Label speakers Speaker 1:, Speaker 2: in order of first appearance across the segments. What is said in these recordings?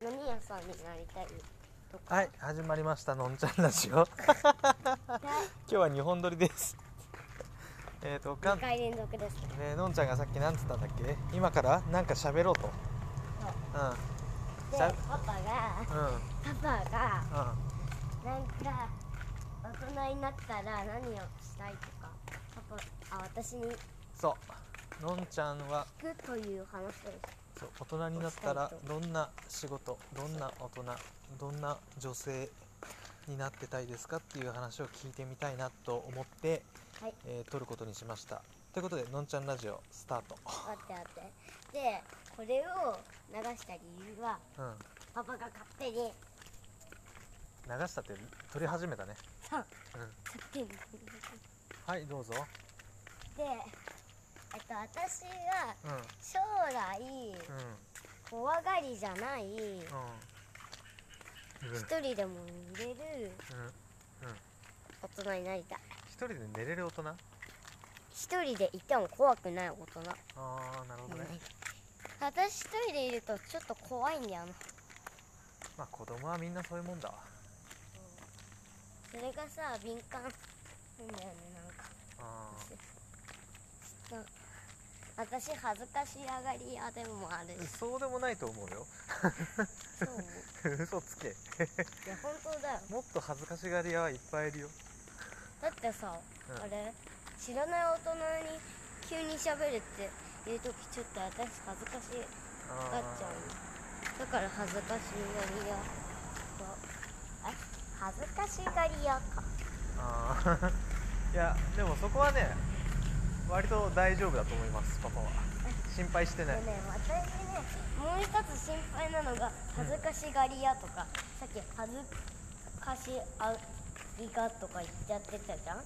Speaker 1: 何屋さんになり たいとか、
Speaker 2: はい始まりましたのんちゃんラジオ 今日は日本撮りです えっとかん
Speaker 1: 2、回連続ですね
Speaker 2: ね、のんちゃんがさっきなんつったんだっけ今からなんか喋ろうと
Speaker 1: で
Speaker 2: さ
Speaker 1: パパが
Speaker 2: うんうん
Speaker 1: パパが
Speaker 2: うん
Speaker 1: なんか大人になったら何をしたいとかパパあ私に
Speaker 2: そうのんちゃんは
Speaker 1: 聞くという話をし
Speaker 2: そう大人になったらどんな仕事どんな大人どんな女性になってたいですかっていう話を聞いてみたいなと思って、
Speaker 1: はい
Speaker 2: えー撮ることにしましたということでのんちゃんラジオスタート
Speaker 1: 待って待ってでこれを流した理由は
Speaker 2: うん
Speaker 1: パパが勝手に
Speaker 2: 流したって撮り始めたね
Speaker 1: そう
Speaker 2: うん
Speaker 1: 勝手に
Speaker 2: はいどうぞ
Speaker 1: でえっと私が
Speaker 2: うんうん
Speaker 1: 将来怖がりじゃない
Speaker 2: うん
Speaker 1: 一人でも寝れる
Speaker 2: うん
Speaker 1: 大人になりたい
Speaker 2: 一人で寝れる大人あ
Speaker 1: 一人でいても怖くない大人
Speaker 2: あなるほどね、
Speaker 1: 私一人でいるとちょっと怖いんだよな
Speaker 2: まあ子供はみんなそういうもんだわ
Speaker 1: それがさ敏感なんだよねなんか
Speaker 2: あ
Speaker 1: なんか私恥ずかし上がり屋でもある
Speaker 2: ー
Speaker 1: し
Speaker 2: そうでもないと思うよ
Speaker 1: そう
Speaker 2: 嘘つけ
Speaker 1: いや本当だよ
Speaker 2: もっと恥ずかしがり屋はいっぱいいるよ、
Speaker 1: だってさ、
Speaker 2: うん
Speaker 1: あれ知らない大人に急に喋るって言う時ちょっと私恥ずかしい
Speaker 2: あ
Speaker 1: なっ
Speaker 2: ー
Speaker 1: ちゃうだから恥ずかしがり屋とあ恥ずかしがり屋か
Speaker 2: あー いやでもそこはね割と大丈夫だと思いますパパは心配して
Speaker 1: で
Speaker 2: ない
Speaker 1: ね私ねもう一つ心配なのが恥ずかしがり屋とか、さっき恥ずかしありがとか言っちゃってたじゃん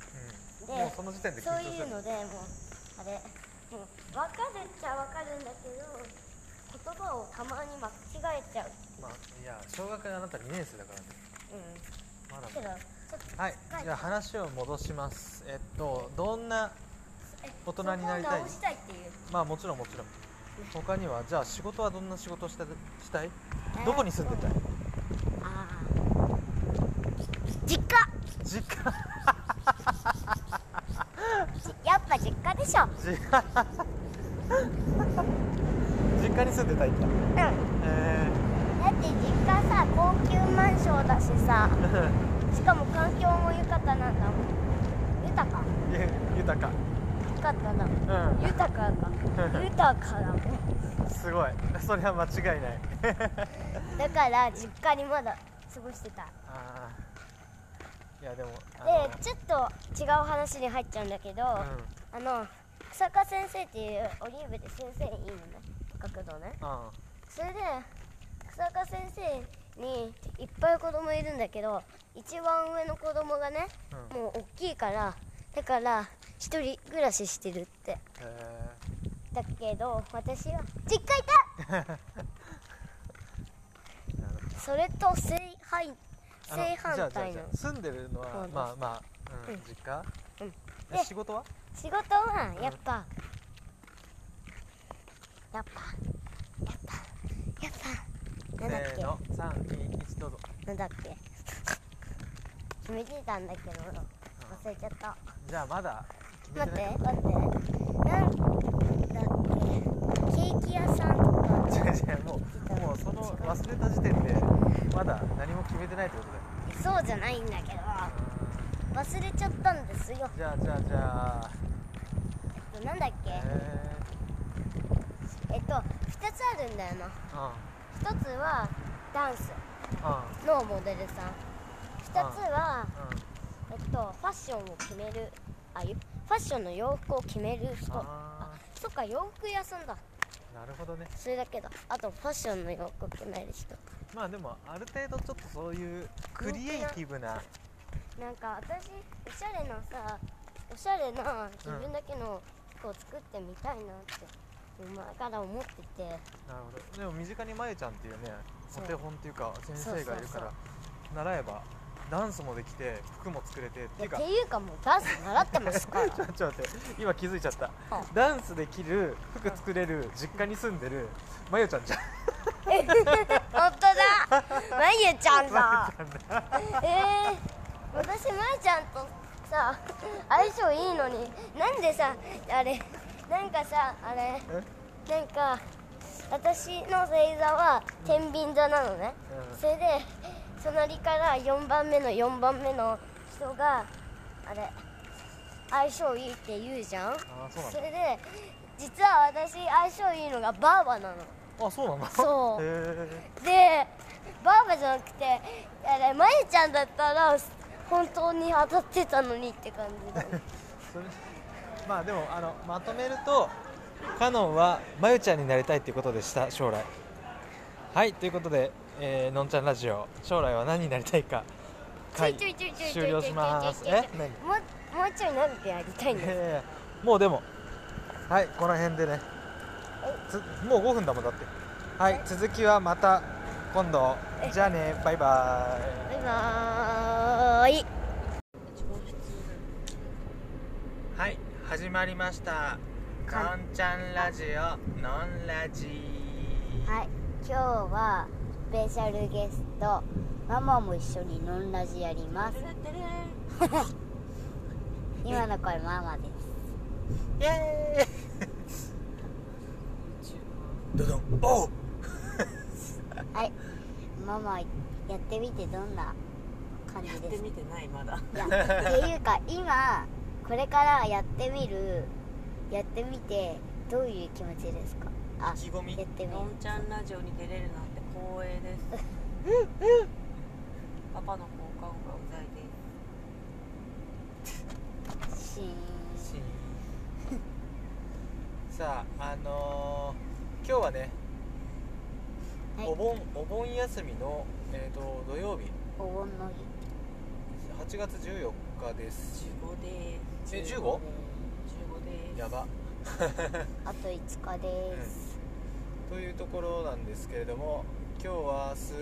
Speaker 2: う
Speaker 1: で
Speaker 2: ん、もうその時点で緊
Speaker 1: そう
Speaker 2: 張し
Speaker 1: い
Speaker 2: て
Speaker 1: う
Speaker 2: る
Speaker 1: のでもうあれもう分かるっちゃ分かるんだけど言葉をたまに間違えちゃう
Speaker 2: まあ、いや小学あなた2年生だからね
Speaker 1: うん
Speaker 2: まだ
Speaker 1: けどちょっと
Speaker 2: はいじゃあ話を戻しますえっとどんな
Speaker 1: え
Speaker 2: 大人になりたい
Speaker 1: そこを直したいっていう
Speaker 2: まあもちろんもちろん他にはじゃあ仕事はどんな仕事したしたいどこに住んでたい
Speaker 1: あー実家
Speaker 2: 実家
Speaker 1: やっぱ実家でしょ
Speaker 2: 実家実家に住んでたいんだ
Speaker 1: うんだって
Speaker 2: え
Speaker 1: 実家さ高級マンションだしさ
Speaker 2: ー
Speaker 1: しかも環境も豊かなんだもん豊か
Speaker 2: ゆ豊か
Speaker 1: 豊かだもん
Speaker 2: う
Speaker 1: 豊かだ豊かだもん
Speaker 2: んすごいそれは間違いない
Speaker 1: だから実家にまだ過ごしてた
Speaker 2: あーいやでもあの
Speaker 1: でちょっと違う話に入っちゃうんだけど、
Speaker 2: うん
Speaker 1: あの草加先生っていうオリーブで先生いいのね学童ね
Speaker 2: あ
Speaker 1: それで草加先生にいっぱい子供いるんだけど一番上の子供がね
Speaker 2: ーうん
Speaker 1: もう大きいからだから一人暮らししてるって
Speaker 2: え
Speaker 1: だけど私は実家い
Speaker 2: ーなるほど
Speaker 1: たそれと正反
Speaker 2: あの
Speaker 1: 正
Speaker 2: じゃ
Speaker 1: 反
Speaker 2: あじゃあ
Speaker 1: 対
Speaker 2: じ
Speaker 1: の
Speaker 2: ゃあ住んでるの
Speaker 1: そう
Speaker 2: は
Speaker 1: です
Speaker 2: まあまあ、うん
Speaker 1: うん
Speaker 2: 実家、
Speaker 1: うん
Speaker 2: え
Speaker 1: で
Speaker 2: 仕事は
Speaker 1: 仕事はやっぱ、やっぱやっぱやっぱなんだっ
Speaker 2: せ
Speaker 1: け
Speaker 2: ーの321どうぞ
Speaker 1: なんだっけ決めてたんだけど忘れちゃった
Speaker 2: じゃあまだ決め
Speaker 1: 待
Speaker 2: て
Speaker 1: っ
Speaker 2: ない
Speaker 1: て待ってなんだっけケーキ屋さんとか
Speaker 2: 違う違うもうもうその忘れた時点でまだ何も決めてないってことだよ
Speaker 1: そうじゃないんだけど忘れちゃったんですよ
Speaker 2: じゃあじゃあじゃあ
Speaker 1: なんだっけ
Speaker 2: え
Speaker 1: えっと2つあるんだよな
Speaker 2: ー、うん
Speaker 1: 1つはダンス
Speaker 2: う
Speaker 1: のモデルさん2つは
Speaker 2: んうん
Speaker 1: えっとファッションを決めるあいファッションの洋服を決める人
Speaker 2: あ
Speaker 1: そっか洋服屋さんだ
Speaker 2: ーなるほどね
Speaker 1: それだけだあとファッションの洋服を決める人
Speaker 2: まあでもある程度ちょっとそういうクリエイティブな
Speaker 1: なんか私おしゃれなさおしゃれな自分だけの服を作ってみたいなって前から思ってて
Speaker 2: なるほどでも身近にまゆちゃんっていうねお
Speaker 1: そう
Speaker 2: 手本っていうか先生がいる
Speaker 1: そうそ
Speaker 2: か
Speaker 1: うそう
Speaker 2: ら習えばダンスもできて服も作れてって
Speaker 1: いや
Speaker 2: いうか
Speaker 1: っていうかもうダンス習ってますから
Speaker 2: ちょっと待って今気づいちゃった
Speaker 1: あ
Speaker 2: ダンスできる服作れる実家に住んでるまゆちゃんじゃん
Speaker 1: 本当だえちゃんだ
Speaker 2: まえち
Speaker 1: えー、私まえちゃんとさ相性いいのになんでさあれなんかさあれ
Speaker 2: え
Speaker 1: なんか私の星座は天秤座なのね、
Speaker 2: うん
Speaker 1: それで隣から4番目の4番目の人があれ相性いいって言うじゃん
Speaker 2: あそうなん
Speaker 1: そ
Speaker 2: だ
Speaker 1: れで実は私相性いいのがバーバなの
Speaker 2: あそうなんだ
Speaker 1: そう
Speaker 2: へえ
Speaker 1: でバーバじゃなくてあれまゆちゃんだったら本当に当たってたのにって感じだね
Speaker 2: それまあでもあのまとめるとカノンはまゆちゃんになりたいっていうことでした将来はいということで、えーのんちゃんラジオ将来は何になりたいか会
Speaker 1: ちょいちょいちょいちょいちょいちょいちょい
Speaker 2: 終了しますえ
Speaker 1: も
Speaker 2: 何
Speaker 1: うもうちょいなんてやりたいんだよ
Speaker 2: えーもうでもはいこの辺でねつもう5分だもんだってはい続きはまた今度じゃあねバイバイ
Speaker 1: バイバーイ
Speaker 2: はい始まりました
Speaker 1: か
Speaker 2: かんちゃんラジオのんラジ
Speaker 1: はい、今日はスペシャルゲストママも一緒にノンラジやり ます今の声ママです
Speaker 2: イエーイドドンおう
Speaker 1: はい、ママやってみてどんな感じ
Speaker 3: やっ
Speaker 1: で
Speaker 3: て
Speaker 1: すか
Speaker 3: みてないまだ
Speaker 1: いやっていうか今これからやってみるやってみてどういう気持ちですかあ
Speaker 2: 意気込み
Speaker 1: やってみる
Speaker 3: のんちゃんラジオに出れるなんて光栄ですパパの効果音がうざいで
Speaker 1: シーン
Speaker 2: さああのー今日はね、
Speaker 1: はい
Speaker 2: お盆お盆休みの、えー、と土曜日
Speaker 1: お盆の日
Speaker 2: 8月14日です
Speaker 3: す15で
Speaker 2: え 15?
Speaker 3: す15で
Speaker 2: や
Speaker 3: す
Speaker 2: ば
Speaker 1: あと5日です、
Speaker 2: というところなんですけれども今日はす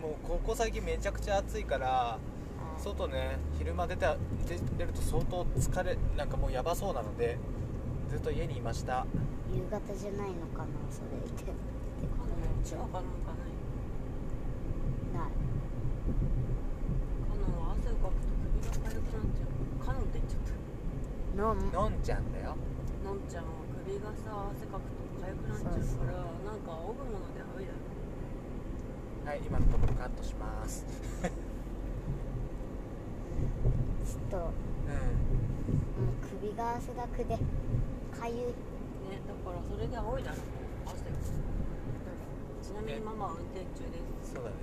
Speaker 2: もうここ最近めちゃくちゃ暑いから
Speaker 1: はい
Speaker 2: 外ね昼間出た出出ると相当疲れなんかもうやばそうなのでずっと家にいました
Speaker 1: 夕方じゃないのかなそれって
Speaker 3: 違うかなんかない
Speaker 1: ない
Speaker 3: カノンは汗をかくと首が痒くなっちゃうカノンって言っちゃっ
Speaker 1: のん
Speaker 2: のんちゃんだよ
Speaker 3: たのんちゃんは首がさ汗かくと痒くなっちゃう
Speaker 1: そうそう
Speaker 3: からなんか仰ぐもので仰いだろ
Speaker 2: はい今のところカットしま
Speaker 1: ち
Speaker 2: す
Speaker 1: ょっともう
Speaker 2: う
Speaker 1: 首が汗だくでかゆい
Speaker 3: ねだからそれで仰いだらもう汗をちなみにママは運転中です
Speaker 2: んそうだね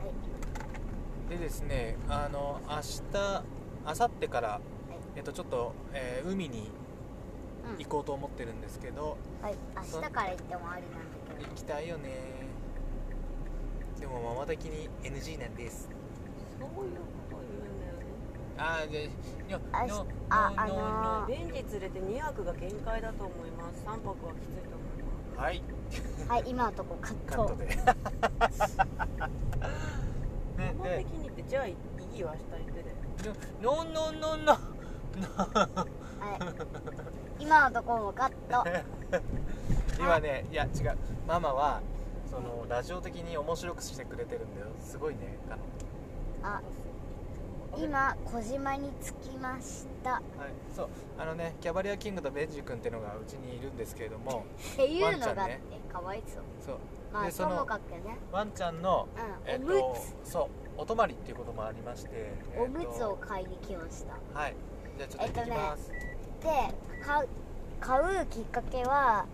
Speaker 1: はい
Speaker 2: でですねあの明日明後日か
Speaker 1: い
Speaker 2: らえっとちょっと、えー海に
Speaker 1: うん
Speaker 2: 行こうと思ってるんですけど、
Speaker 1: はい明日から行ってもありなんだけど
Speaker 2: 行きたいよねでもママ的に NG なんです
Speaker 3: そういうこと言うんだよね
Speaker 2: ああでにょ
Speaker 1: あ
Speaker 2: の
Speaker 1: あ
Speaker 2: の
Speaker 1: あのー
Speaker 2: の
Speaker 3: 便利連れて2泊が限界だと思います3泊はきついと思います
Speaker 2: はい
Speaker 1: はい今のとこカッ
Speaker 2: カッ
Speaker 1: ト
Speaker 2: トでね
Speaker 3: 基本的にってじゃあいいよ明日行ってで
Speaker 2: でのののの
Speaker 1: はい今のとこもカット
Speaker 2: 今ねいや違うママはそのラジオ的に面白くしてくれてるんだよすごいねあの
Speaker 1: あ今小島に着きました
Speaker 2: はいそうあのねキャバリアキングとベンジ君っていうのがうちにいるんですけれども
Speaker 1: っていうのがあっ
Speaker 2: ワンちゃん
Speaker 1: て
Speaker 2: ね
Speaker 1: かわいそう
Speaker 2: そう
Speaker 1: まあ
Speaker 2: で
Speaker 1: と
Speaker 2: その
Speaker 1: もかくね
Speaker 2: ワンちゃんの
Speaker 1: うん
Speaker 2: えっ
Speaker 1: お
Speaker 2: と
Speaker 1: むつ、
Speaker 2: そうお泊まりっていうこともありまして、えっと
Speaker 1: おむつを買いに来ました
Speaker 2: はいじゃあちょっと行ってきます、
Speaker 1: で買う買うきっかけは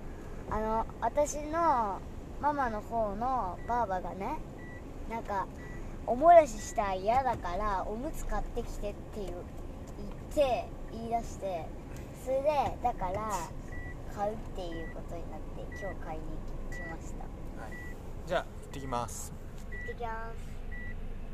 Speaker 1: あの私のママの方のばあばがねなんかお漏らししたら嫌だからおむつ買ってきてっていう言って言い出してそれでだから買うっていうことになって今日買いに来ました
Speaker 2: はい、じゃあ行ってきます
Speaker 1: 行ってきます